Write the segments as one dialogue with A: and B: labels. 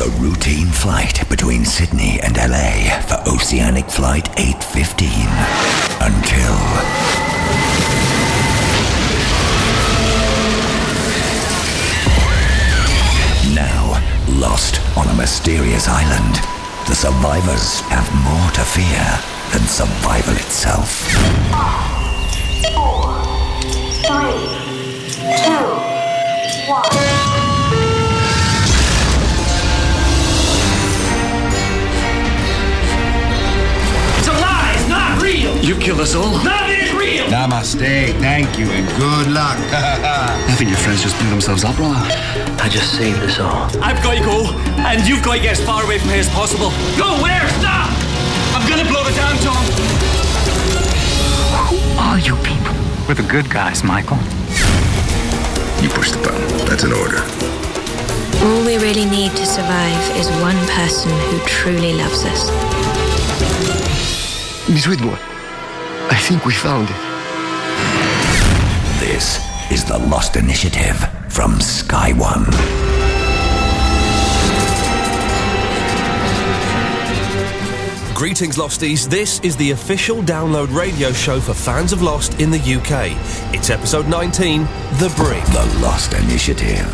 A: a routine flight between Sydney and LA for Oceanic Flight 815 until. Now, lost on a mysterious island, the survivors have more to fear than survival itself.
B: Four, three, two, one.
C: It's a lie. It's not real.
D: You kill us all.
C: None of it is real.
E: Namaste, thank you, and good luck.
D: I think your friends just blew themselves up, brother. I just saved us all.
F: I've got to go, and you've got to get as far away from here as possible.
C: Go where? Stop.
F: I'm gonna blow the damn Tom.
G: All you people. We're the good guys, Michael.
H: You push the button. That's an order.
I: All we really need to survive is one person who truly loves us.
J: Miss Whitmore, I think we found it.
A: This is the Lost Initiative from Sky One.
K: Greetings, Losties. This is the official download radio show for fans of Lost in the UK. It's episode 19 The Brick.
A: The Lost Initiative.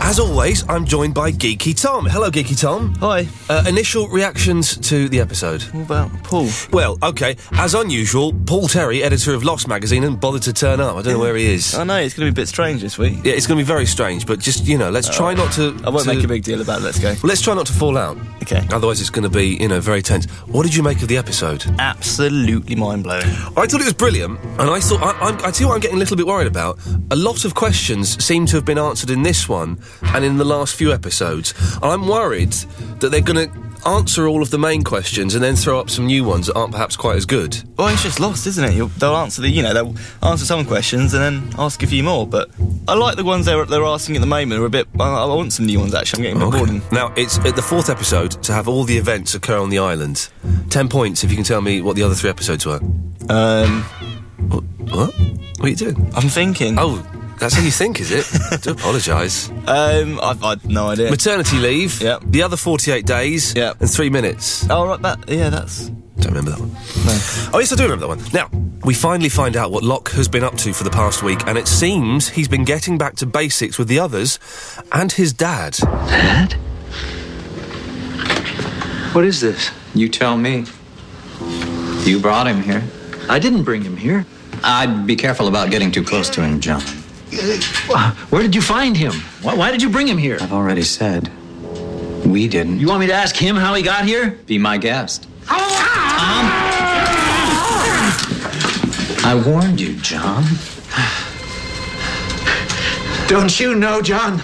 K: As always, I'm joined by Geeky Tom. Hello, Geeky Tom.
L: Hi.
K: Uh, initial reactions to the episode?
L: Well, Paul.
K: Well, okay. As unusual, Paul Terry, editor of Lost magazine, and bothered to turn up. I don't know where he is.
L: I know, it's going to be a bit strange this week.
K: Yeah, it's going to be very strange, but just, you know, let's try not to.
L: I won't
K: to-
L: make a big deal about it, let's go.
K: Well, let's try not to fall out.
L: Okay.
K: Otherwise, it's going to be, you know, very tense. What did you make of the episode?
L: Absolutely mind blowing.
K: I thought it was brilliant, and I thought I, I'm, I tell you what I'm getting a little bit worried about. A lot of questions seem to have been answered in this one and in the last few episodes. And I'm worried that they're going to answer all of the main questions and then throw up some new ones that aren't perhaps quite as good.
L: Well, it's just lost, isn't it? You'll, they'll answer the, you know, they'll answer some questions and then ask a few more. But I like the ones they're they're asking at the moment. Are a bit. I, I want some new ones actually. I'm getting a bit bored. and-
K: Now it's at the fourth episode to have all the events occur on the island. Ten points if you can tell me what the other three episodes were.
L: Um,
K: What? What, what are you doing?
L: I'm thinking.
K: Oh, that's how you think, is it? I do apologise.
L: Um, I've, I've no idea.
K: Maternity leave.
L: Yep.
K: The other 48 days.
L: Yep.
K: And three minutes.
L: oh right, that yeah, that's
K: Don't remember that one.
L: no.
K: Oh, yes, I do remember that one. Now, we finally find out what Locke has been up to for the past week, and it seems he's been getting back to basics with the others and his dad.
D: Dad? What is this?
M: You tell me. You brought him here.
D: I didn't bring him here.
M: I'd be careful about getting too close to him, John.
D: Uh, Where did you find him? Why, why did you bring him here?
M: I've already said we didn't.
D: You want me to ask him how he got here?
M: be my guest. I warned you, John.
J: Don't you know, John?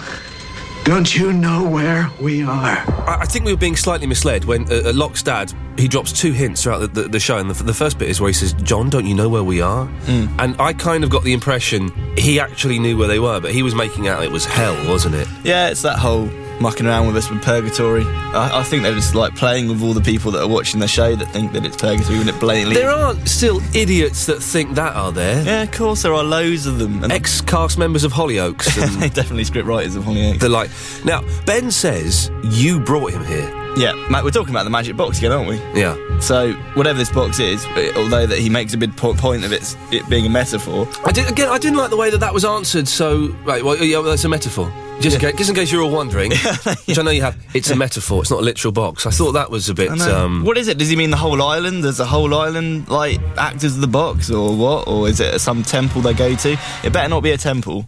J: Don't you know where we are?
K: I, I think we were being slightly misled when uh, uh, Locke's dad. He drops two hints throughout the, the, the show, and the, f- the first bit is where he says, "John, don't you know where we are?" And I kind of got the impression he actually knew where they were, but he was making out it was hell, wasn't it?
L: Yeah, it's that whole mucking around with us with purgatory. I, I think they're just like playing with all the people that are watching the show that think that it's purgatory when it blatantly.
K: There aren't still idiots that think that, are there?
L: yeah, of course there are loads of them. And
K: Ex-cast members of Hollyoaks and
L: they definitely script writers of Hollyoaks.
K: the like. Now, Ben says you brought him here.
L: Yeah, Matt, we're talking about the magic box again, aren't we?
K: Yeah.
L: So whatever this box is, it- although that he makes a big po- point of it's, it being a metaphor.
K: I did, again, I didn't like the way that that was answered. So, right, well, yeah, well, that's a metaphor. Just, in case, just in case you're all wondering, which I know you have, it's a metaphor. It's not a literal box. I thought that was a bit.
L: I know.
K: Um,
L: what is it? Does he mean the whole island? Does the whole island like act as the box or what? Or is it some temple they go to? It better not be a temple.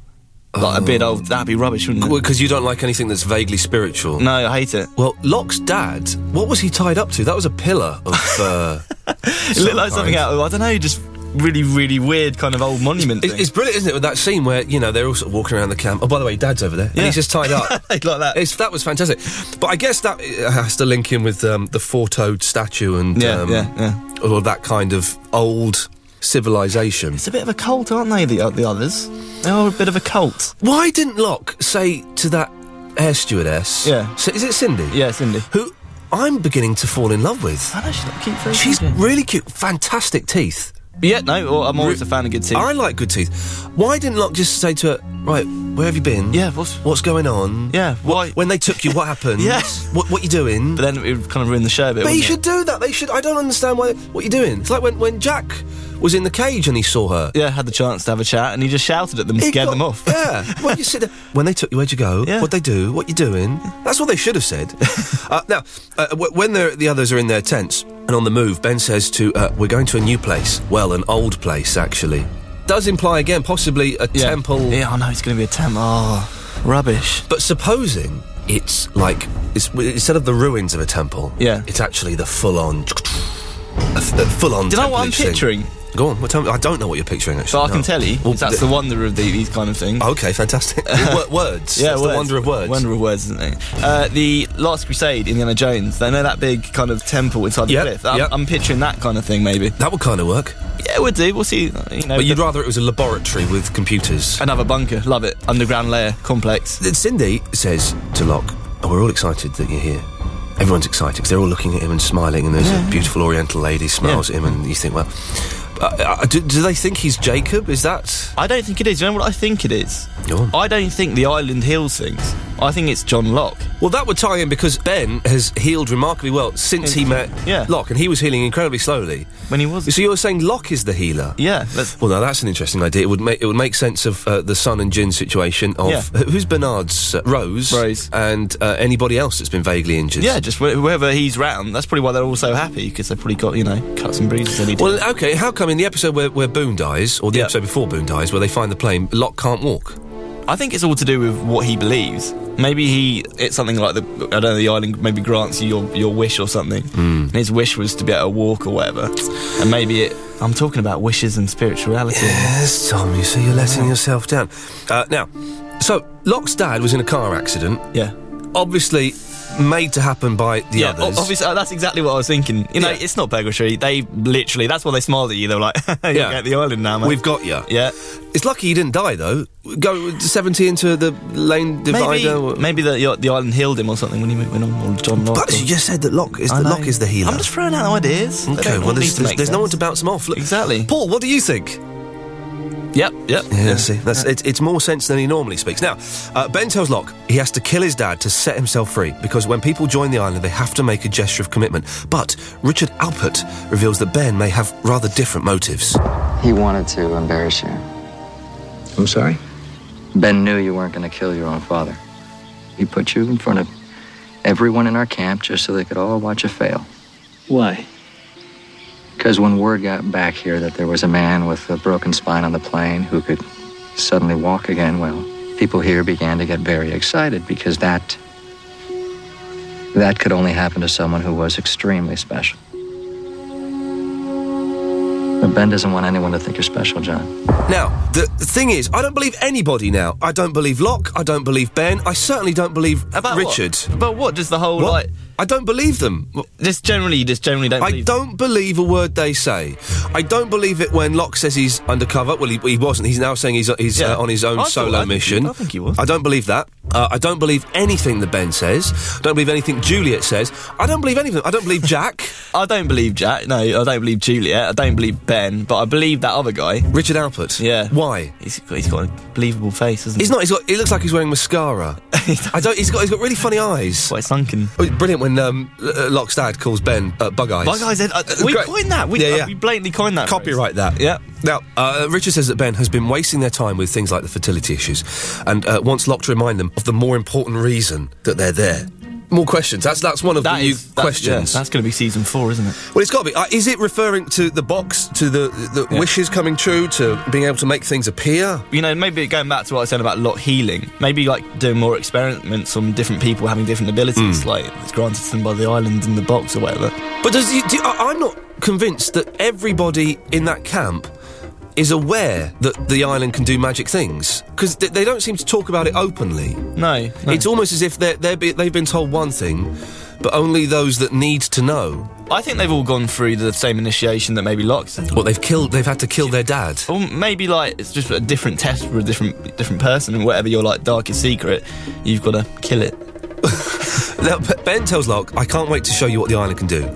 L: Like a bit old. That'd be rubbish, wouldn't it?
K: Because you don't like anything that's vaguely spiritual.
L: no, I hate it.
K: Well, Locke's dad, what was he tied up to? That was a pillar of. Uh,
L: It looked like something out of I don't know, just really, really weird kind of old monument
K: It's,
L: thing.
K: it's brilliant, isn't it? With that scene where you know they're all sort of walking around the camp. Oh, by the way, Dad's over there, and
L: Yeah.
K: he's just tied up.
L: like that.
K: It's, that was fantastic. But I guess that uh, has to link in with um, the four toed statue and
L: Yeah,
K: um,
L: yeah, yeah.
K: all of that kind of old civilization.
L: It's a bit of a cult, aren't they? The, uh, the others. They are a bit of a cult.
K: Why didn't Locke say to that air stewardess?
L: Yeah.
K: C- is it Cindy?
L: Yeah, Cindy.
K: Who I'm beginning to fall in love with.
L: I know she keep
K: She's really cute, fantastic teeth.
L: Yeah, no, well, I'm always a fan of good teeth.
K: I like good teeth. Why didn't Locke just say to her, right, where have you been?
L: Yeah, what's
K: what's going on?
L: Yeah,
K: why? when they took you, what happened?
L: Yes.
K: what what you doing?
L: But then it would kind of ruin the show a bit.
K: But he
L: wouldn't it?
K: should do that. They should. I don't understand why. What you doing? It's like when when Jack was in the cage and he saw her.
L: Yeah, had the chance to have a chat, and he just shouted at them,
K: He
L: scared
K: got-
L: them off.
K: Yeah. When you sit there, when they took you, where'd you go?
L: Yeah.
K: What'd they do? What you doing? That's what they should have said. uh, now, uh, w- when they're- the others are in their tents and on the move, Ben says to, uh, "We're going to a new place. Well, an old place actually." Does imply again, possibly a temple.
L: Yeah, I know it's going to be a temple. Oh, rubbish.
K: But supposing it's like it's, w- instead of the ruins of a temple,
L: Yeah.
K: it's actually the full-on, a f- a full-on.
L: Do you know what I'm
K: temple-ish thing.
L: picturing?
K: Go on. Well, tell me. I don't know what you're picturing actually.
L: But I
K: no.
L: can tell you,
K: Well,
L: that's
K: d-
L: the wonder of the, these kind of things.
K: Okay, fantastic. W- words.
L: Yeah,
K: That's
L: words.
K: the wonder of words.
L: Wonder of words, isn't it? Uh, the Last Crusade, Indiana Jones. They know that big kind of temple inside the
K: Yep,
L: cliff. I'm,
K: yep.
L: I'm picturing that kind of thing, maybe.
K: That would kind of work.
L: Yeah, we'll do. We'll see. You know,
K: But you'd
L: the-
K: rather it was a laboratory with computers.
L: another bunker. Love it. Underground layer complex.
K: Then Cindy says to Locke, oh, We're all excited that you're here. Everyone's excited because they're all looking at him and smiling, and there's a beautiful Oriental lady smiles at him, and you think, Well, uh, uh, do, do they think he's Jacob? Is that.
L: I don't think it is. You know what I think it is?
K: Go on.
L: I don't think the island heals things. I think it's John Locke.
K: Well, that would tie in because Ben has healed remarkably well since he met
L: Yeah.
K: Locke, and he was healing incredibly slowly.
L: When he wasn't.
K: So you're saying Locke is the healer?
L: Yeah, that's-
K: Well, now that's an interesting idea. It would make it would make sense of uh, the Sun and Jin situation of
L: Yeah.
K: who's Bernard's uh, Rose,
L: Rose.
K: and uh, anybody else that's been vaguely injured.
L: Yeah, just wh- whoever he's round. That's probably why they're all so happy because they've probably got you know cuts and bruises. Any well,
K: Well, okay. How come in the episode where, where Boone dies, or the
L: Yeah.
K: episode before Boone dies, where they find the plane, Locke can't walk?
L: I think it's all to do with what he believes. Maybe he it's something like the I don't know the island maybe grants you your, your wish or something. Mm. And his wish was to be able to walk or whatever. And maybe it. I'm talking about wishes and spirituality.
K: Yes, Tom. You see, you're letting yourself down. Uh, now, so Locke's dad was in a car accident,
L: Yeah.
K: obviously made to happen by the
L: Yeah, o-
K: others.
L: obviously, uh, that's exactly what I was thinking. You know,
K: Yeah.
L: it's not burglary. They literally, that's why they smiled at you. They were like, you
K: Yeah.
L: get the island now, mate.
K: We've got you.
L: yeah.
K: It's lucky you didn't die though. Go seventy into the lane
L: Maybe,
K: divider. or-
L: maybe the, your, the island healed him or something when he went on, or John Locke.
K: But
L: or-
K: you just said that Locke is
L: I
K: the
L: know.
K: Locke is the healer.
L: I'm just throwing out ideas. They
K: okay.
L: don't
K: Well,
L: need
K: there's,
L: to
K: there's,
L: make
K: there's no one to
L: sense.
K: bounce them off. Look-
L: Exactly.
K: Paul, what do you think?
L: Yep, yep.
K: Yeah, see, that's It's, it's more sense than he normally speaks. Now, uh, Ben tells Locke he has to kill his dad to set himself free because when people join the island, they have to make a gesture of commitment. But Richard Alpert reveals that Ben may have rather different motives.
M: He wanted to embarrass you.
H: I'm sorry?
M: Ben knew you weren't going to kill your own father. He put you in front of everyone in our camp just so they could all watch you fail.
D: Why?
M: Because when word got back here that there was a man with a broken spine on the plane who could suddenly walk again, well, people here began to get very excited because that. That could only happen to someone who was extremely special. But Ben doesn't want anyone to think you're special, John.
K: Now, the the thing is, I don't believe anybody now. I don't believe Locke. I don't believe Ben. I certainly don't believe
L: About what?
K: Richard.
L: About what? Just the whole,
K: What?
L: like,
K: I don't believe them.
L: just generally, you just generally don't
K: I
L: believe-
K: don't believe a word they say. I don't believe it when Locke says he's undercover. Well, he, he wasn't. He's now saying he's, he's
L: Yeah.
K: uh, on his own
L: I thought- I
K: solo
L: think-
K: mission.
L: I think he was.
K: I don't believe that. Uh, I don't believe anything that Ben says. I don't believe anything Juliet says. I don't believe anything. I don't believe Jack.
L: I don't believe Jack. No, I don't believe Juliet. I don't believe Ben, but I believe that other guy.
K: Richard Alpert.
L: Yeah.
K: Why?
L: He's got, he's got a believable face, hasn't
K: He's
L: he?
K: not. He's got. He looks like he's wearing mascara. I don't. He's got. He's got really funny eyes.
L: quite sunken.
K: It was brilliant when um, L- uh, Locke's dad calls Ben uh, Bug Eyes.
L: Bug eyes. Uh,
K: Uh,
L: we
K: great.
L: coined that. We,
K: Yeah,
L: uh,
K: yeah.
L: we blatantly coined that.
K: Copyright that.
L: Yeah.
K: Now, uh, Richard says that Ben has been wasting their time with things like the fertility issues and uh, wants Locke to remind them of the more important reason that they're there. More questions. That's that's one of
L: That
K: the new
L: is- that-
K: questions.
L: yeah, that's going to be season four, isn't it?
K: well, it's got to be. Uh, is it referring to the box, to the, the
L: Yeah.
K: wishes coming true, to being able to make things appear?
L: You know, maybe going back to what I was saying about lot healing, maybe like doing more experiments on different people having different abilities,
K: Mm.
L: like it's granted to them by the island and the box or whatever.
K: But does he, do, I, I'm not convinced that everybody in that camp is aware that the island can do magic things because th- they don't seem to talk about it openly.
L: No, no.
K: It's almost as if they're, they're be, they've been told one thing, but only those that need to know.
L: I think they've all gone through the same initiation that maybe Locke's. had.
K: What they've killed, they've had to kill their dad.
L: Or maybe like it's just a different test for a different different person, and whatever your like darkest secret, you've got to kill it.
K: Now, P- Ben tells Locke, "I can't wait to show you what the island can do."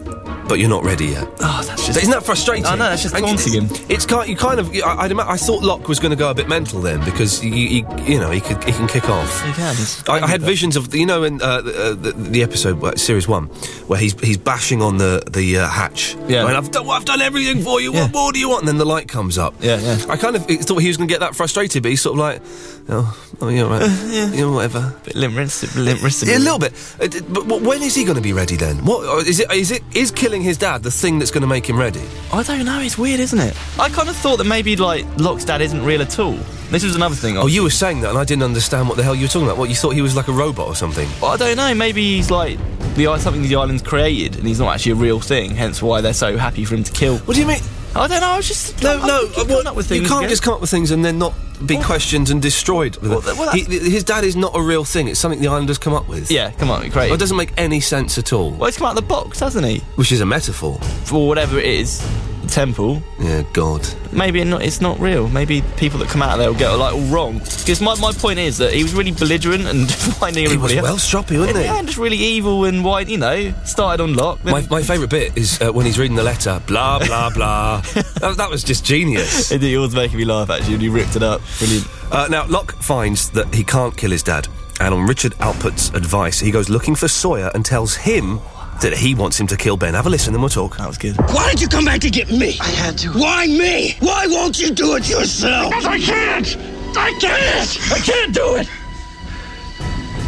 K: but you're not ready yet.
L: Oh, that's just.
K: Ah, Isn't that frustrating?
L: I know, that's just
K: And you-
L: taunting him.
K: It's kind. You kind of. I, I'd ima- I thought Locke was going to go a bit mental then because you, you, you know, he could, he can kick off.
L: He can.
K: I, I had visions of you know in uh, the, uh, the, the episode uh, series one where he's he's bashing on the the uh, hatch.
L: Yeah.
K: And I've done, I've done everything for you.
L: Yeah.
K: What more do you want? And then the light comes up.
L: Yeah, yeah.
K: I kind of thought he was going to get that frustrated, but he's sort of like, oh, oh you know, right. yeah. you know, whatever.
L: Bit limp wristed, limp wristed.
K: Yeah, a little bit. Uh, d- But wh- when is he going to be ready then? What or is it? Is it is killing his dad the thing that's going to make him ready?
L: I don't know. It's weird, isn't it? I kind of thought that maybe like Locke's dad isn't real at all. This was another thing.
K: Oh, you were saying that, and I didn't understand what the hell you were talking about. What you thought he was like a robot or something?
L: Well, I don't know. Maybe he's like the i- something the island's created, and he's not actually a real thing. Hence why they're so happy for him to kill.
K: What do you mean?
L: I don't know. I was just
K: No,
L: I-
K: no.
L: I keep coming
K: what-
L: up with
K: you
L: things
K: can't
L: again.
K: just come up with things and then not be questioned and destroyed. With
L: th-
K: it.
L: well,
K: He- th- his dad is not a real thing. It's something the islanders come up with.
L: Yeah, come on,
K: Well,
L: great.
K: it doesn't make any sense at all.
L: Well, he's come out of the box, hasn't he?
K: Which is a metaphor.
L: For whatever it is, the temple.
K: Yeah, God.
L: Maybe it not, it's not real. Maybe the people that come out of there will get like all wrong. Because my, my point is that he was really belligerent and finding
K: He was
L: everybody.
K: well stroppy, wasn't he?
L: Yeah, and just really evil and why you know started on lock.
K: My, my favourite bit is uh, when he's reading the letter, blah, blah, blah. that, that was just genius.
L: it was making me laugh actually. when You ripped it up. Brilliant.
K: Uh, now, Locke finds that he can't kill his dad, and on Richard Alpert's advice, he goes looking for Sawyer and tells him that he wants him to kill Ben. Have a listen, then we'll talk.
L: That was good.
C: Why did you come back to get me?
J: I had to.
C: Why me? Why won't you do it yourself? Because I can't! I can't! I can't do it!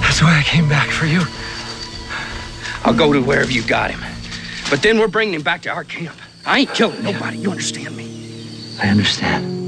J: That's why I came back for you.
N: I'll go to wherever you got him. But then we're bringing him back to our camp. I ain't killing nobody. You understand me?
M: I understand.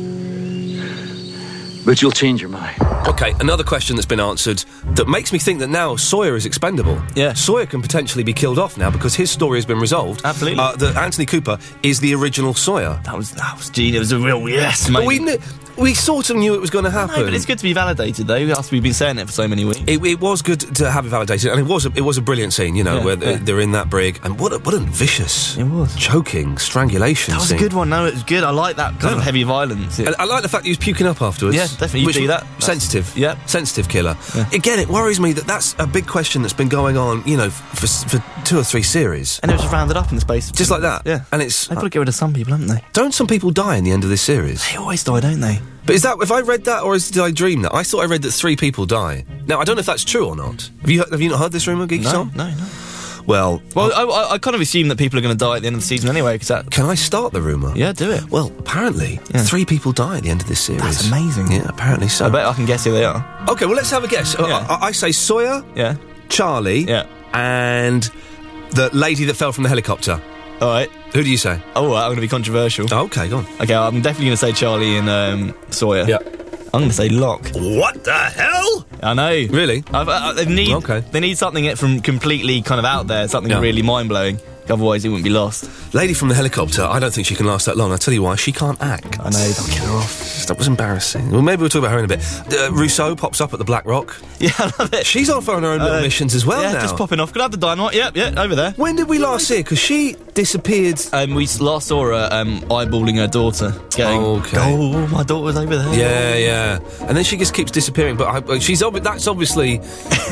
M: But you'll change your mind.
K: Okay, another question that's been answered that makes me think that now Sawyer is expendable. Yeah. Sawyer can potentially be killed off now because his story has been resolved. Absolutely. Uh, that Anthony Cooper is the original Sawyer.
L: That was that was genius. It was a real yes,
K: But
L: mate.
K: we, kn- we sort of knew it was going to happen.
L: No, but it's good to be validated though. After we've been saying it for so many weeks.
K: It, it was good to have it validated, and it was a, it was a brilliant scene, you know,
L: Yeah,
K: where they-
L: yeah.
K: they're in that brig, and what a, what a vicious, it was choking strangulation.
L: That was a
K: scene.
L: good one. No, it was good. I like that kind of heavy violence. It-
K: And I like the fact that he was puking up afterwards.
L: Yeah, definitely, you
K: Which
L: do that.
K: was Sensitive. Yeah. Sensitive killer.
L: Yeah.
K: Again, it worries me that that's a big question that's been going on, you know, f- for, s- for two or three series.
L: and it was just rounded up in the space. of
K: Just
L: two
K: like that.
L: minutes. Yeah.
K: And it's.
L: They've got to get rid of some people, haven't they?
K: Don't some people die in the end of this series?
L: They always die, don't they?
K: But is that. If I read that or is, did I dream that? I thought I read that three people die. Now, I don't know if that's true or not. Have you, have you not heard this rumour, Geeky
L: No,
K: Tom?
L: no, no.
K: Well,
L: Well, I, I, I kind of assume that people are going to die at the end of the season anyway, because that.
K: Can I start the rumour?
L: Yeah, do it.
K: Well, apparently,
L: Yeah.
K: three people die at the end of this series.
L: That's amazing.
K: Yeah, apparently so.
L: I bet I can guess who they are.
K: Okay, well, let's have a guess. Uh,
L: Yeah.
K: I, I say Sawyer,
L: Yeah.
K: Charlie,
L: Yeah.
K: and the lady that fell from the helicopter.
L: All right.
K: Who do you say?
L: Oh, I'm going to be controversial.
K: Oh, okay, go on.
L: Okay, I'm definitely going to say Charlie and um, Sawyer.
K: Yeah.
L: I'm going to say Locke.
K: What the hell?
L: I know.
K: Really?
L: I've, I, they need
K: Okay.
L: they need something eh, from completely kind of out there, something
K: Yeah.
L: really mind blowing. Otherwise, it wouldn't be lost.
K: Lady from the helicopter, I don't think she can last that long. I'll tell you why, she can't act.
L: I know. They'll kill her off.
K: That was embarrassing. Well, maybe we'll talk about her in a bit. Uh, Rousseau pops up at the Black Rock.
L: Yeah, I love it.
K: She's on for her own little
L: Uh,
K: missions as well
L: yeah,
K: now.
L: just popping off. Could I have the dynamite? Yep, yep, over there.
K: when did we last see her? Because she disappeared.
L: Um, we last saw her um, eyeballing her daughter. Going,
K: Okay.
L: Oh, my daughter's over there.
K: Yeah, yeah. And then she just keeps disappearing. But I, she's ob- that's obviously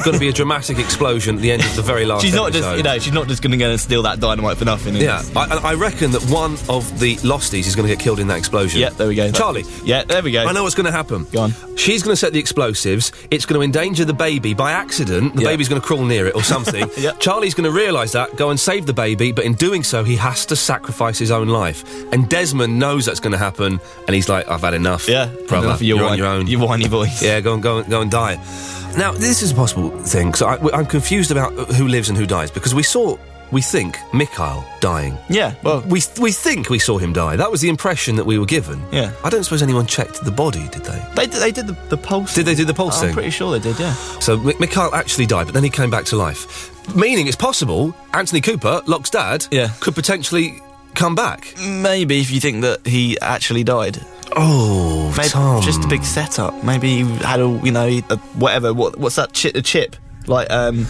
K: going to be a dramatic explosion at the end of the very last.
L: She's not
K: episode.
L: just you know she's not just going to go and steal that dynamite for nothing. is
K: Yeah,
L: she?
K: I, and I reckon that one of the losties is going to get killed in that explosion.
L: Yeah, there we go.
K: Charlie.
L: Yeah, there we go.
K: I know what's going to happen.
L: Go on.
K: She's going to set the explosives. It's going to endanger the baby by accident. The
L: Yeah.
K: baby's going to crawl near it or something.
L: Yeah.
K: Charlie's going to realise that, go and save the baby, but in doing so, he has to sacrifice his own life. And Desmond knows that's going to happen, and he's like, "I've had enough."
L: Yeah,
K: brother,
L: enough of
K: you're
L: whine-
K: on your own.
L: Your whiny voice.
K: Yeah, go and go and go and die. Now this is a possible thing. So I, I'm confused about who lives and who dies because we saw, we think, Mikhail dying.
L: Yeah. Well,
K: We we think we saw him die. That was the impression that we were given.
L: Yeah.
K: I don't suppose anyone checked the body, did they?
L: they did, they did the, the pulse.
K: Did they do the pulse
L: I'm
K: thing?
L: pretty sure they did. Yeah.
K: So M- Mikhail actually died, but then he came back to life. Meaning it's possible Anthony Cooper, Locke's dad,
L: Yeah.
K: could potentially come back.
L: Maybe if you think that he actually died.
K: Oh,
L: Maybe
K: Tom.
L: just a big setup. Maybe he had a you know a, whatever. What what's that chip? A chip like um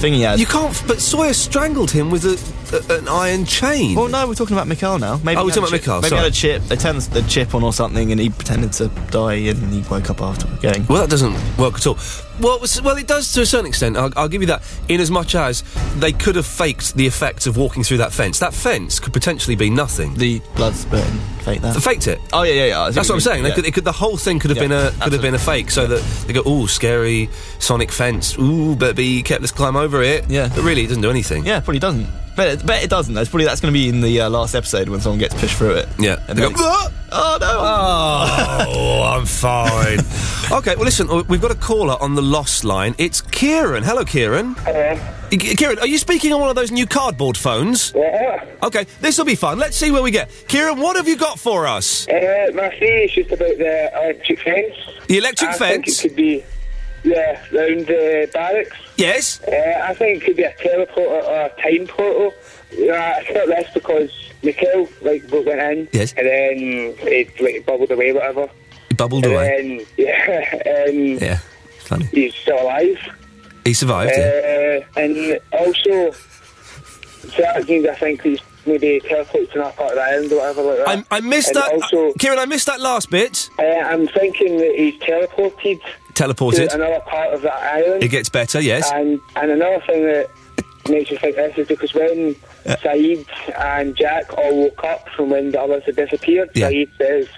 L: thing he had.
K: You can't. f- But Sawyer strangled him with a a, an iron chain.
L: Well, no, we're talking about Mikhail now. Maybe
K: Oh, we're
L: he had a
K: talking about
L: chip-
K: Mikhail,
L: Maybe he had a
K: sorry.
L: chip. They turned the chip on or something, and he pretended to die, and he woke up after going.
K: Well, that doesn't work at all. Well, s- well, it does to a certain extent. I'll, I'll give you that. In as much as they could have faked the effect of walking through that fence, that fence could potentially be nothing.
L: The blood spurting fake that.
K: faked it.
L: Oh yeah, yeah, yeah. I see
K: That's what I'm
L: you mean.
K: saying. They
L: Yeah.
K: could, it could, the whole thing could have
L: Yeah,
K: been a could have been a fake, so that they go, "Ooh, scary sonic fence. Ooh, better be kept. Let's climb over it." Yeah, but really, it doesn't do anything.
L: Yeah, probably doesn't. But it, bet it doesn't. That's probably that's going to be in the uh, last episode when someone gets pushed through it.
K: Yeah,
L: And
K: They
L: then
K: go, "Ah!"
L: oh no.
K: Oh, I'm fine. okay, well, listen, uh, we've got a caller on the lost line. It's Kieran. Hello, Kieran. Y- Kieran, are you speaking on one of those new cardboard phones? Yeah. Okay, this will be fun. Let's see where we get. Kieran, what have you got for us?
O: Uh, my theory is just about the electric fence.
K: The electric
O: I
K: fence?
O: Think it could be, yeah, round the barracks.
K: Yes.
O: Uh, I think it could be a teleporter or a time portal. Uh, I thought this because Mikhail like went in,
K: Yes.
O: and then it like bubbled away, whatever.
K: It bubbled
O: and
K: away.
O: Then, yeah, um,
K: Yeah, funny.
O: He's still alive.
K: He survived. yeah.
O: Uh, and also, so that means I think he's maybe teleported to that part of the island or whatever like that.
K: I, I missed
O: Uh,
K: that.
O: And Also,
K: uh, Kieran, I missed that last bit.
O: uh, I'm thinking that he's teleported
K: Teleported.
O: to another part of that island.
K: It gets better, yes.
O: And, and another thing that makes me think this is because when Saeed and Jack all woke up from when the others had disappeared,
K: Yeah.
O: Saeed says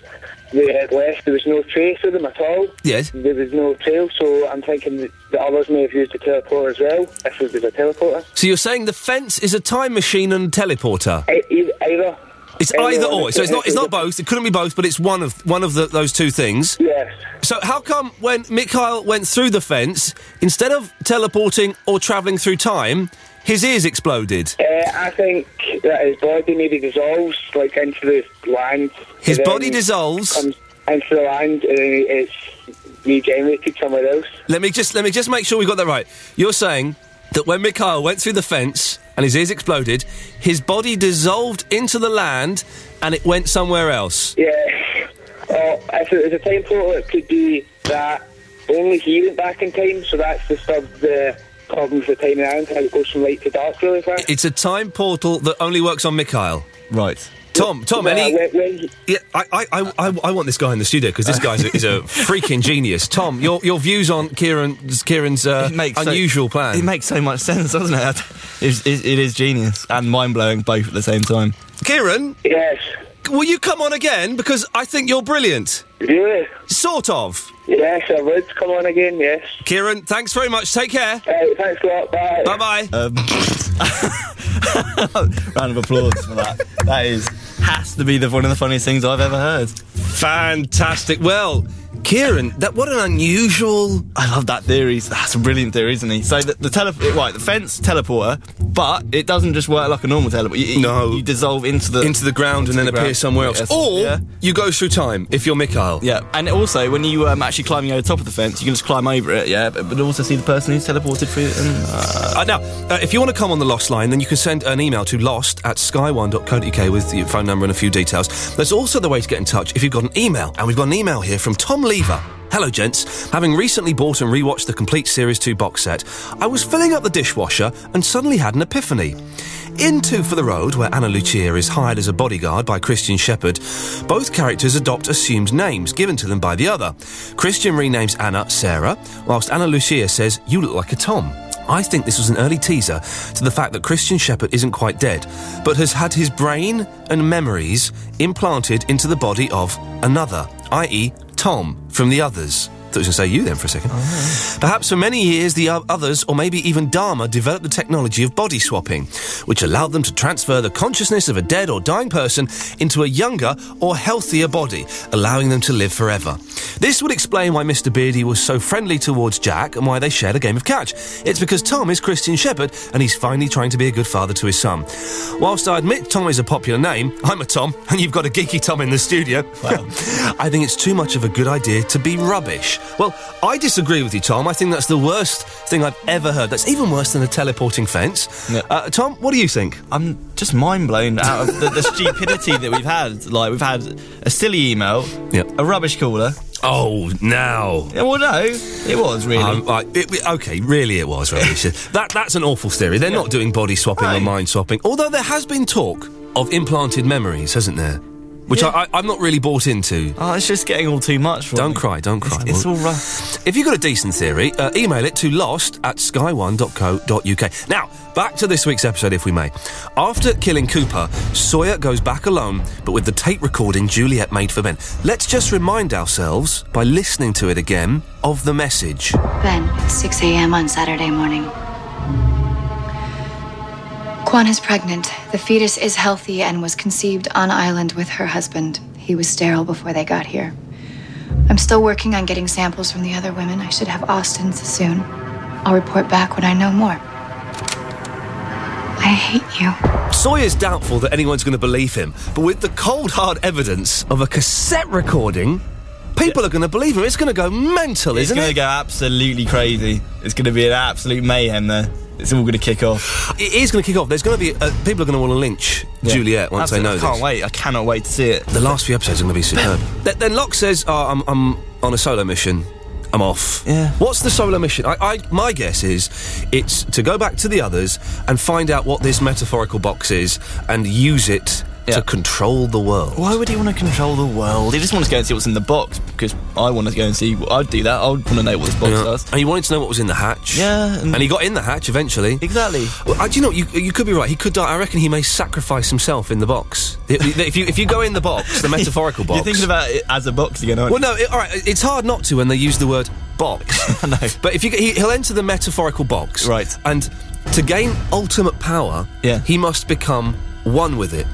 O: they had left. There was no trace of them at all.
K: Yes.
O: There was no trail, so I'm thinking that the others may have used the teleporter as well. If there was a teleporter,
K: So you're saying the fence is a time machine and teleporter?
O: E- e- either.
K: It's
O: Either
K: either
O: one
K: or.
O: is-
K: So it's not. It's not both. It couldn't be both, but it's one of one of the, those two things.
O: Yes.
K: So how come when Mikhail went through the fence, instead of teleporting or travelling through time, his ears exploded?
O: Uh, I think that his body maybe dissolves like into the land.
K: His
O: and
K: body
O: then
K: dissolves?
O: comes into the land, and then it's regenerated somewhere else.
K: Let me just let me just make sure we got that right. You're saying that when Mikhail went through the fence and his ears exploded, his body dissolved into the land and it went somewhere else.
O: Yeah. Oh, if it was a time portal, it could be that only he went back in time, so that's the sub the problems with time and island, how it goes from light to dark really fast.
K: It's a time portal that only works on Mikhail.
L: Right.
K: Tom, Tom,
O: Well,
K: any?
O: when- when he-
K: Yeah, I, I, I, I, I want this guy in the studio because this guy is a, is a freaking genius. Tom, your your views on Kieran's Kieran's uh,
L: It makes so-
K: unusual plan?
L: It makes so much sense, doesn't it? It's, it, it is genius and mind blowing both at the same time.
K: Kieran?
O: Yes.
K: Will you come on again? Because I think you're brilliant.
O: Yeah.
K: Sort of.
O: Yes, I would come on again, yes.
K: Kieran, thanks very much. Take care.
O: thanks a lot. Bye.
K: Bye bye.
L: Um, round of applause for that. That is has to be the, one of the funniest things I've ever heard.
K: Fantastic. Well, Kieran, that what an unusual.
L: I love that theory. That's a brilliant theory, isn't he? So the, the tele right, the fence teleporter, but it doesn't just work like a normal teleporter. You, no, you dissolve into the
K: Into the ground and then appear somewhere else. Or you go through time if you're Mikhail.
L: Yeah, and also when you um, actually climbing over the top of the fence, you can just climb over it. Yeah, but, but also see the person who's teleported through. it And, uh,
K: Uh, now, uh, if you want to come on the Lost line, then you can send an email to lost at sky1.co.uk with your phone number and a few details. There's also the way to get in touch if you've got an email, and we've got an email here from Tom Lever. Hello, gents. Having recently bought and rewatched the complete Series 2 box set, I was filling up the dishwasher and suddenly had an epiphany. In Two for the Road, where Anna Lucia is hired as a bodyguard by Christian Shepherd, both characters adopt assumed names given to them by the other. Christian renames Anna Sarah, whilst Anna Lucia says, You look like a Tom. I think this was an early teaser to the fact that Christian Shepherd isn't quite dead, but has had his brain and memories implanted into the body of another, i.e., Tom from the others. Thought I was going to say you then for a second. Perhaps for many years, the o- others, or maybe even Dharma, developed the technology of body swapping, which allowed them to transfer the consciousness of a dead or dying person into a younger or healthier body, allowing them to live forever. This would explain why Mr. Beardy was so friendly towards Jack and why they shared a game of catch. It's because Tom is Christian Shepherd and he's finally trying to be a good father to his son. Whilst I admit Tom is a popular name, I'm a Tom, and you've got a geeky Tom in the studio. I think it's too much of a good idea to be rubbish. Well, I disagree with you, Tom. I think that's the worst thing I've ever heard. That's even worse than a teleporting fence. Uh, Tom, what do you think?
L: I'm just mind blown out of the, the stupidity that we've had. Like we've had a silly email, a rubbish caller.
K: Oh, now.
L: Yeah, well, no, it was really.
K: Um, I- it- okay, really, it was rubbish. that that's an awful theory. They're not doing body swapping or mind swapping. Although there has been talk of implanted memories, hasn't there? Which I, I, I'm not really bought into.
L: Oh, it's just getting all too much. For
K: don't cry, don't cry.
L: it's all
K: right. If you've got a decent theory, uh, email it to lost at sky1.co.uk. Now, back to this week's episode, if we may. After killing Cooper, Sawyer goes back alone, but with the tape recording Juliet made for Ben. Let's just remind ourselves, by listening to it again, of the message.
P: Ben, it's 6 a.m. on Saturday morning. Kwan is pregnant. The fetus is healthy and was conceived on island with her husband. He was sterile before they got here. I'm still working on getting samples from the other women. I should have Austin's soon. I'll report back when I know more. I hate you.
K: Sawyer's doubtful that anyone's going to believe him, but with the cold hard evidence of a cassette recording, people are going to believe him. It's going to go mental,
L: It's
K: isn't
L: going
K: it?
L: to go absolutely crazy. It's going to be an absolute mayhem there. It's all going to kick off.
K: It is going to kick off. There's going to be uh, people are going to want to lynch
L: Yeah.
K: Juliet once
L: Absolutely.
K: they know
L: I can't
K: this.
L: wait. I cannot wait to see it.
K: The last few episodes are going to be superb. Th- then Locke says, oh, I'm, "I'm on a solo mission. I'm off." Yeah. What's the solo mission? I, I, my guess is it's to go back to the others and find out what this metaphorical box is and use it to control the world.
L: Why would he want to control the world? He Oh, just wants to go and see what's in the box because I want to go and see. I'd do that. I'd want to know what this box
K: Yeah.
L: does.
K: And he wanted to know what was in the hatch.
L: Yeah,
K: And, he got in the hatch eventually.
L: Exactly.
K: Well, I- do you know, you, you could be right. He could die. I reckon he may sacrifice himself in the box. If if you, if you go in the box, the metaphorical box.
L: You're thinking about it as a box again, aren't
K: Well,
L: you?
K: no, it, all right. It's hard not to when they use the word box. no. But if you, he, he'll enter the metaphorical box, right? And to gain ultimate power, yeah. he must become one with it,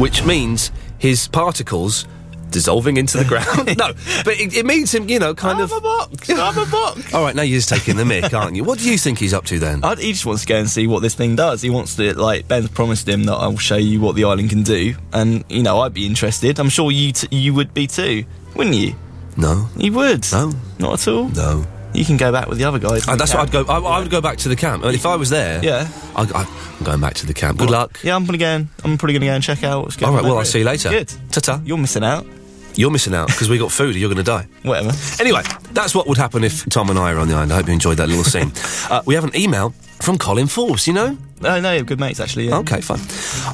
K: which means his particles dissolving into the ground. no, but it, it means him, you know, kind
L: Oh
K: of. a
L: box. I'm a box.
K: All right, now you're just taking the mick, aren't you? What do you think he's up to then?
L: I'd, he just wants to go and see what this thing does. He wants to, like, Ben's promised him that I'll show you what the island can do. And, you know, I'd be interested. I'm sure you t- you would be too, wouldn't you?
K: No.
L: You would?
K: No.
L: Not at all?
K: No.
L: You can go back with the other guys.
K: And that's what I'd go. I, I would go back to the camp. And if I was there,
L: Yeah.
K: I, I, I'm going back to the camp. Good luck.
L: Yeah, I'm gonna go. And, I'm probably gonna go and check out what's going
K: All right.
L: on.
K: Well,
L: over
K: I'll
L: here.
K: see you later.
L: Good.
K: Ta-ta.
L: You're missing out.
K: You're missing out because we got food. and You're going to die.
L: Whatever.
K: Anyway, that's what would happen if Tom and I are on the island. I hope you enjoyed that little scene. uh, we have an email from Colin Forbes. You know.
L: No, no, good mates actually. Yeah.
K: Okay, fine.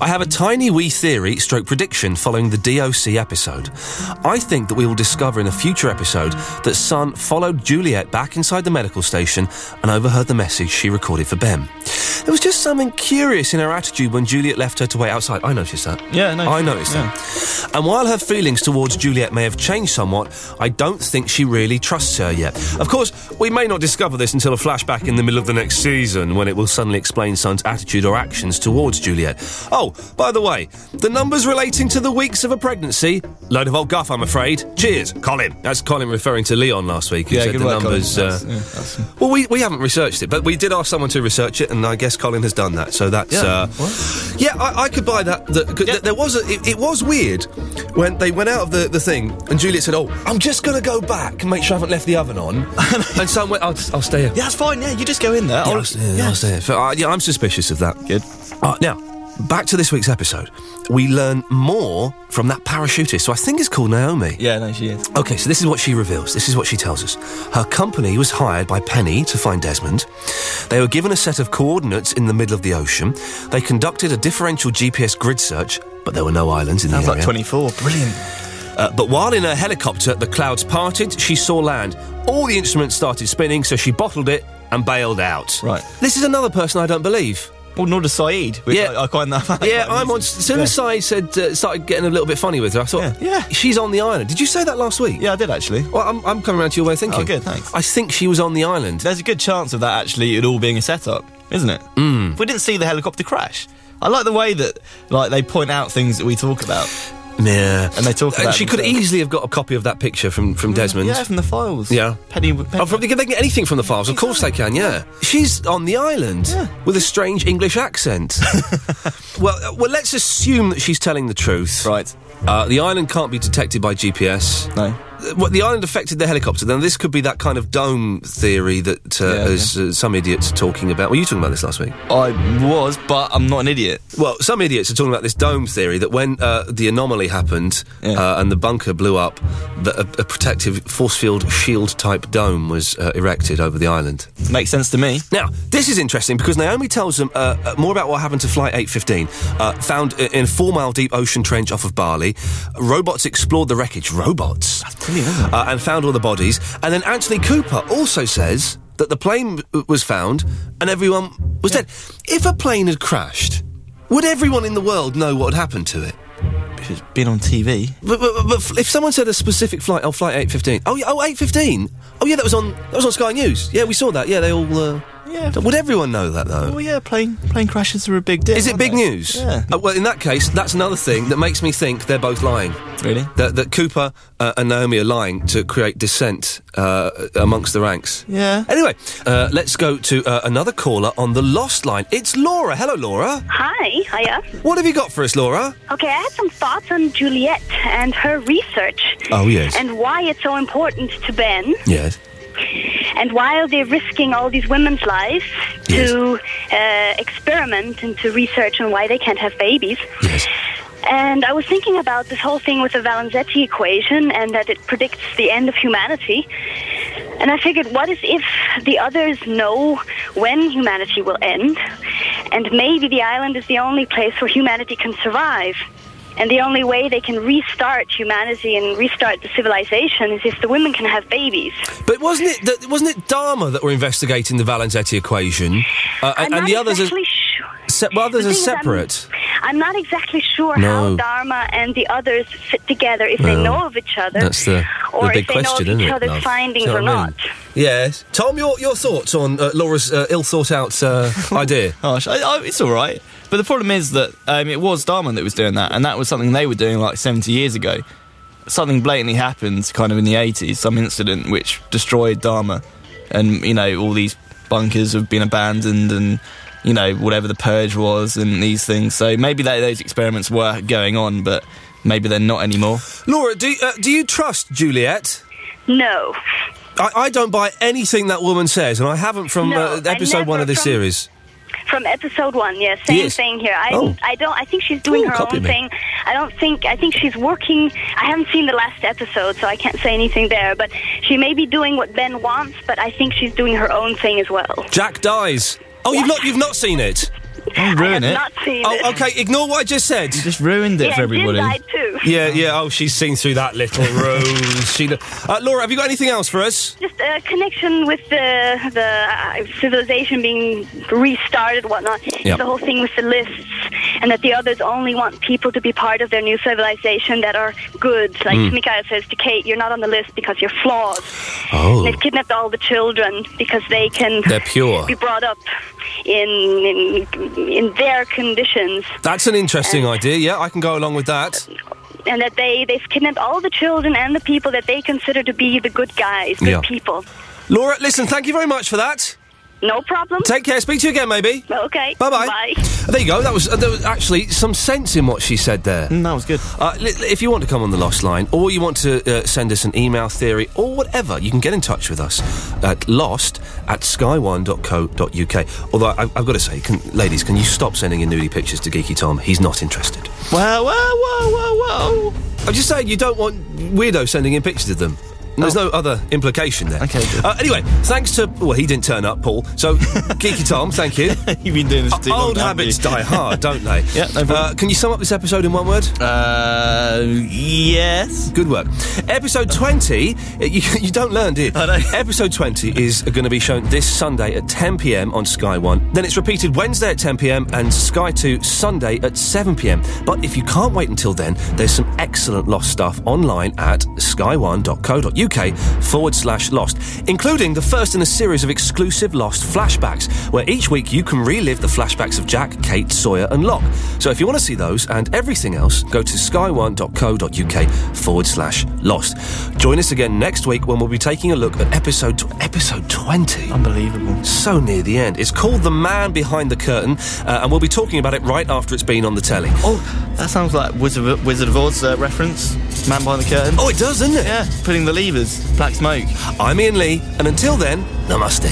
K: I have a tiny wee theory stroke prediction following the DOC episode. I think that we will discover in a future episode that Sun followed Juliet back inside the medical station and overheard the message she recorded for Ben. There was just something curious in her attitude when Juliet left her to wait outside. I noticed that.
L: Yeah, I noticed
K: I
L: that,
K: noticed that. And while her feelings towards Juliet may have changed somewhat, I don't think she really trusts her yet. Of course, we may not discover this until a flashback in the middle of the next season when it will suddenly explain Son's attitude or actions towards Juliet. Oh, by the way, the numbers relating to the weeks of a pregnancy, load of old guff, I'm afraid. Cheers, Colin. That's Colin referring to Leon last week. who
L: Yeah,
K: said
L: good
K: the
L: work, Colin.
K: numbers.
L: That's-
K: uh,
L: yeah, that's-
K: well, we, we haven't researched it, but we did ask someone to research it, and I guess Colin has done that. So that's
L: Yeah,
K: uh, yeah. I, I could buy that. that 'cause th- there was a, it, it was weird when they went out of the, the thing, and Juliet said, "Oh, I'm just going to go back and make sure I haven't left the oven on." and someone went, "I'll, just- I'll stay here."
L: Yeah, that's fine. Yeah, you just go in there.
K: Yeah,
L: I'll-
K: I'll stay here, I'll stay here. So, uh, yeah, I'm suspicious of that.
L: Good.
K: Uh, now, back to this week's episode. We learn more from that parachutist, so I think it's called Naomi.
L: Yeah, no, she is.
K: Okay, so this is what she reveals. This is what she tells us. Her company was hired by Penny to find Desmond. They were given a set of coordinates in the middle of the ocean. They conducted a differential GPS grid search, but there were no islands in
L: Sounds
K: the
L: like
K: area.
L: 24. Brilliant.
K: Uh, but while in her helicopter, the clouds parted, she saw land. All the instruments started spinning, so she bottled it and bailed out. Right. This is another person I don't believe.
L: Well, nor does Saeed. Which yeah, I, I quite that.
K: Yeah, I'm on. As soon as I said, uh, started getting a little bit funny with her, I thought, yeah, she's on the island. Did you say that last week?
L: Yeah, I did actually.
K: Well, I'm, I'm coming around to your way of thinking.
L: Oh, good, thanks.
K: I think she was on the island.
L: There's a good chance of that actually it all being a setup, isn't it?
K: Hmm.
L: Mm. We didn't see the helicopter crash. I like the way that like they point out things that we talk about.
K: Yeah,
L: and they talk
K: And
L: about.
K: Uh, she could
L: themselves. Mm,
K: easily have got a copy of that picture from, from Desmond.
L: Yeah, from the files.
K: Yeah.
L: Penny. Penny.
K: Oh, from, they can get anything from the files. Of course they can, yeah. She's on the island with a strange English accent. well, uh, well, let's assume that she's telling the truth.
L: Right.
K: Uh, the island can't be detected by GPS.
L: No.
K: what the island affected the helicopter. Then this could be that kind of dome theory that uh, as, Uh, some idiots are talking about. Were you talking about this last week?
L: I was, but I'm not an idiot.
K: Well, some idiots are talking about this dome theory that when uh, the anomaly happened uh, and the bunker blew up, that a, a protective force field shield type dome was uh, erected over the island.
L: Makes sense to me.
K: Now, this is interesting because Naomi tells them uh, uh, more about what happened to Flight 815, uh, found i- in a four mile deep ocean trench off of Bali. Robots explored the wreckage. Robots. That's
L: brilliant, isn't it?
K: Uh, and found all the bodies. And then Anthony Cooper also says that the plane w- was found and everyone was dead. If a plane had crashed, would everyone in the world know what had happened to it?
L: If it's been on TV.
K: But, but, but- but if someone said a specific flight, oh, flight 815. Oh, yeah, oh, 815. Oh, yeah, that was on that was on Sky News. Yeah, we saw that. Yeah, they all. Uh,
L: Yeah.
K: Would everyone know that though?
L: Well, Oh, yeah, plane plane crashes are a big deal.
K: Uh. Is it
L: aren't
K: big
L: they?
K: news?
L: Yeah.
K: Uh, well, in that case, that's another thing that makes me think they're both lying.
L: Really?
K: That, that Cooper uh, and Naomi are lying to create dissent uh, amongst the ranks.
L: Yeah.
K: Anyway, uh, let's go to uh, another caller on the Lost line. It's Laura. Hello, Laura.
Q: Hi, hiya.
K: What have you got for us, Laura?
Q: Okay, I had some thoughts on Juliet and her research.
K: Oh, yes.
Q: And why it's so important to Ben,
K: Yes.
Q: and why are they risking all these women's lives to uh, experiment and to research on why they can't have babies.
K: Yes.
Q: And I was thinking about this whole thing with the Valenzetti equation and that it predicts the end of humanity. And I figured, what is if the others know when humanity will end? And maybe the island is the only place where humanity can survive. And the only way they can restart humanity and restart the civilization is if the women can have babies.
K: But wasn't it that, wasn't it Dharma that were investigating the Valenzetti equation, uh,
Q: I'm
K: and, and
Q: not
K: the others
Q: exactly
K: are se- well, others
Q: The
K: are
Q: thing is, I'm-
K: separate.
Q: I'm not exactly sure how
K: No.
Q: Dharma and the others fit together, if they
K: Well,
Q: know of each other,
K: That's the,
Q: or
K: the big
Q: if they
K: question,
Q: know of
K: isn't
Q: each
K: it?
Q: other's
K: love?
Q: findings
K: Do you
Q: or
K: know what I
Q: not.
K: mean? Yes, Tom, your your thoughts on uh, Laura's uh, ill thought out uh, idea?
L: Harsh. I, I, it's all right. But the problem is that um, it was Darman that was doing that, and that was something they were doing like 70 years ago. Something blatantly happened kind of in the 80s, some incident which destroyed Dharma. And, you know, all these bunkers have been abandoned and, you know, whatever the purge was and these things. So maybe they, those experiments were going on, but maybe they're not anymore.
K: Laura, do uh, do you trust Juliet?
Q: No.
K: I, I don't buy anything that woman says, and I haven't from
Q: No,
K: uh,
Q: I
K: episode one
Q: never
K: of this
Q: from-
K: series.
Q: From episode one, yes, same
K: Yes.
Q: thing here. I,
K: Oh.
Q: I don't. I think she's doing
K: Ooh,
Q: her
K: copy
Q: own
K: me.
Q: thing. I don't think. I think she's working. I haven't seen the last episode, so I can't say anything there. But she may be doing what Ben wants, but I think she's doing her own thing as well.
K: Jack dies. Oh, you've not you've not seen it.
L: Don't ruin it.
Q: Not seen it.
K: Oh, okay. Ignore what I just said. You
L: just ruined
Q: Yeah, Jim died too.
K: Yeah, yeah. Oh, she's seen through that little rose. She, lo- uh, Laura, have you got anything else for us?
Q: Just a connection with the the uh, civilization being restarted, whatnot.
K: Yeah.
Q: The whole thing with the lists, and that the others only want people to be part of their new civilization that are good. Like
K: Mm.
Q: Mikael says to Kate, "You're not on the list because you're flawed."
K: Oh.
Q: They've kidnapped all the children because they can.
K: They're pure.
Q: Be brought up in in, in their conditions.
K: That's an interesting
Q: Uh,
K: idea. Yeah, I can go along with that.
Q: and that they they've kidnapped all the children and the people that they consider to be the good guys, good
K: Yeah.
Q: people.
K: Laura, listen, thank you very much for that.
Q: No problem.
K: Take care. Speak to you again, maybe.
Q: Okay.
K: Bye bye.
Q: Bye.
K: There you go. That was, uh, there was actually some sense in what she said there.
L: Mm, that was good.
K: Uh, li- li- if you want to come on the Lost Line, or you want to uh, send us an email theory or whatever, you can get in touch with us at lost at sky1.co.uk. Although I- I've got to say, can, ladies, can you stop sending in nudie pictures to Geeky Tom? He's not interested.
L: Wow, wow, wow, wow, wow.
K: I'm just saying, you don't want weirdos sending in pictures of them. There's
L: Oh.
K: no other implication there. Okay. Uh, anyway, thanks to well, he didn't turn up, Paul. So, Geeky Tom, thank you.
L: You've been doing this too long,
K: Old
L: haven't
K: habits
L: you?
K: die hard, don't they?
L: Yeah, no problem.
K: uh, Can you sum up this episode in one word?
L: Uh, yes.
K: Good work. Episode 20, uh, you, you don't learn, do you? Episode 20 is going to be shown this Sunday at 10 pm on Sky 1. Then it's repeated Wednesday at 10 pm and Sky 2 Sunday at 7 pm. But if you can't wait until then, there's some excellent lost stuff online at sky1.co.uk forward slash lost, including the first in a series of exclusive lost flashbacks, where each week you can relive the flashbacks of Jack, Kate, Sawyer, and Locke. So if you want to see those and everything else, go to sky1.co.uk forward slash lost. Join us again next week when we'll be taking a look at episode tw- episode 20.
L: Unbelievable.
K: So near the end. It's called The Man Behind the Curtain, uh, and we'll be talking about it right after it's been on the telly.
L: Oh, that sounds like Wizard of, Wizard of Oz uh, reference. Man behind the curtain.
K: Oh, it does, doesn't it?
L: Yeah, putting the levers. Black smoke.
K: I'm Ian Lee, and until then, namaste.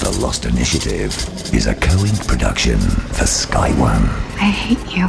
A: The Lost Initiative is a co-ink production for Sky One.
P: I hate you.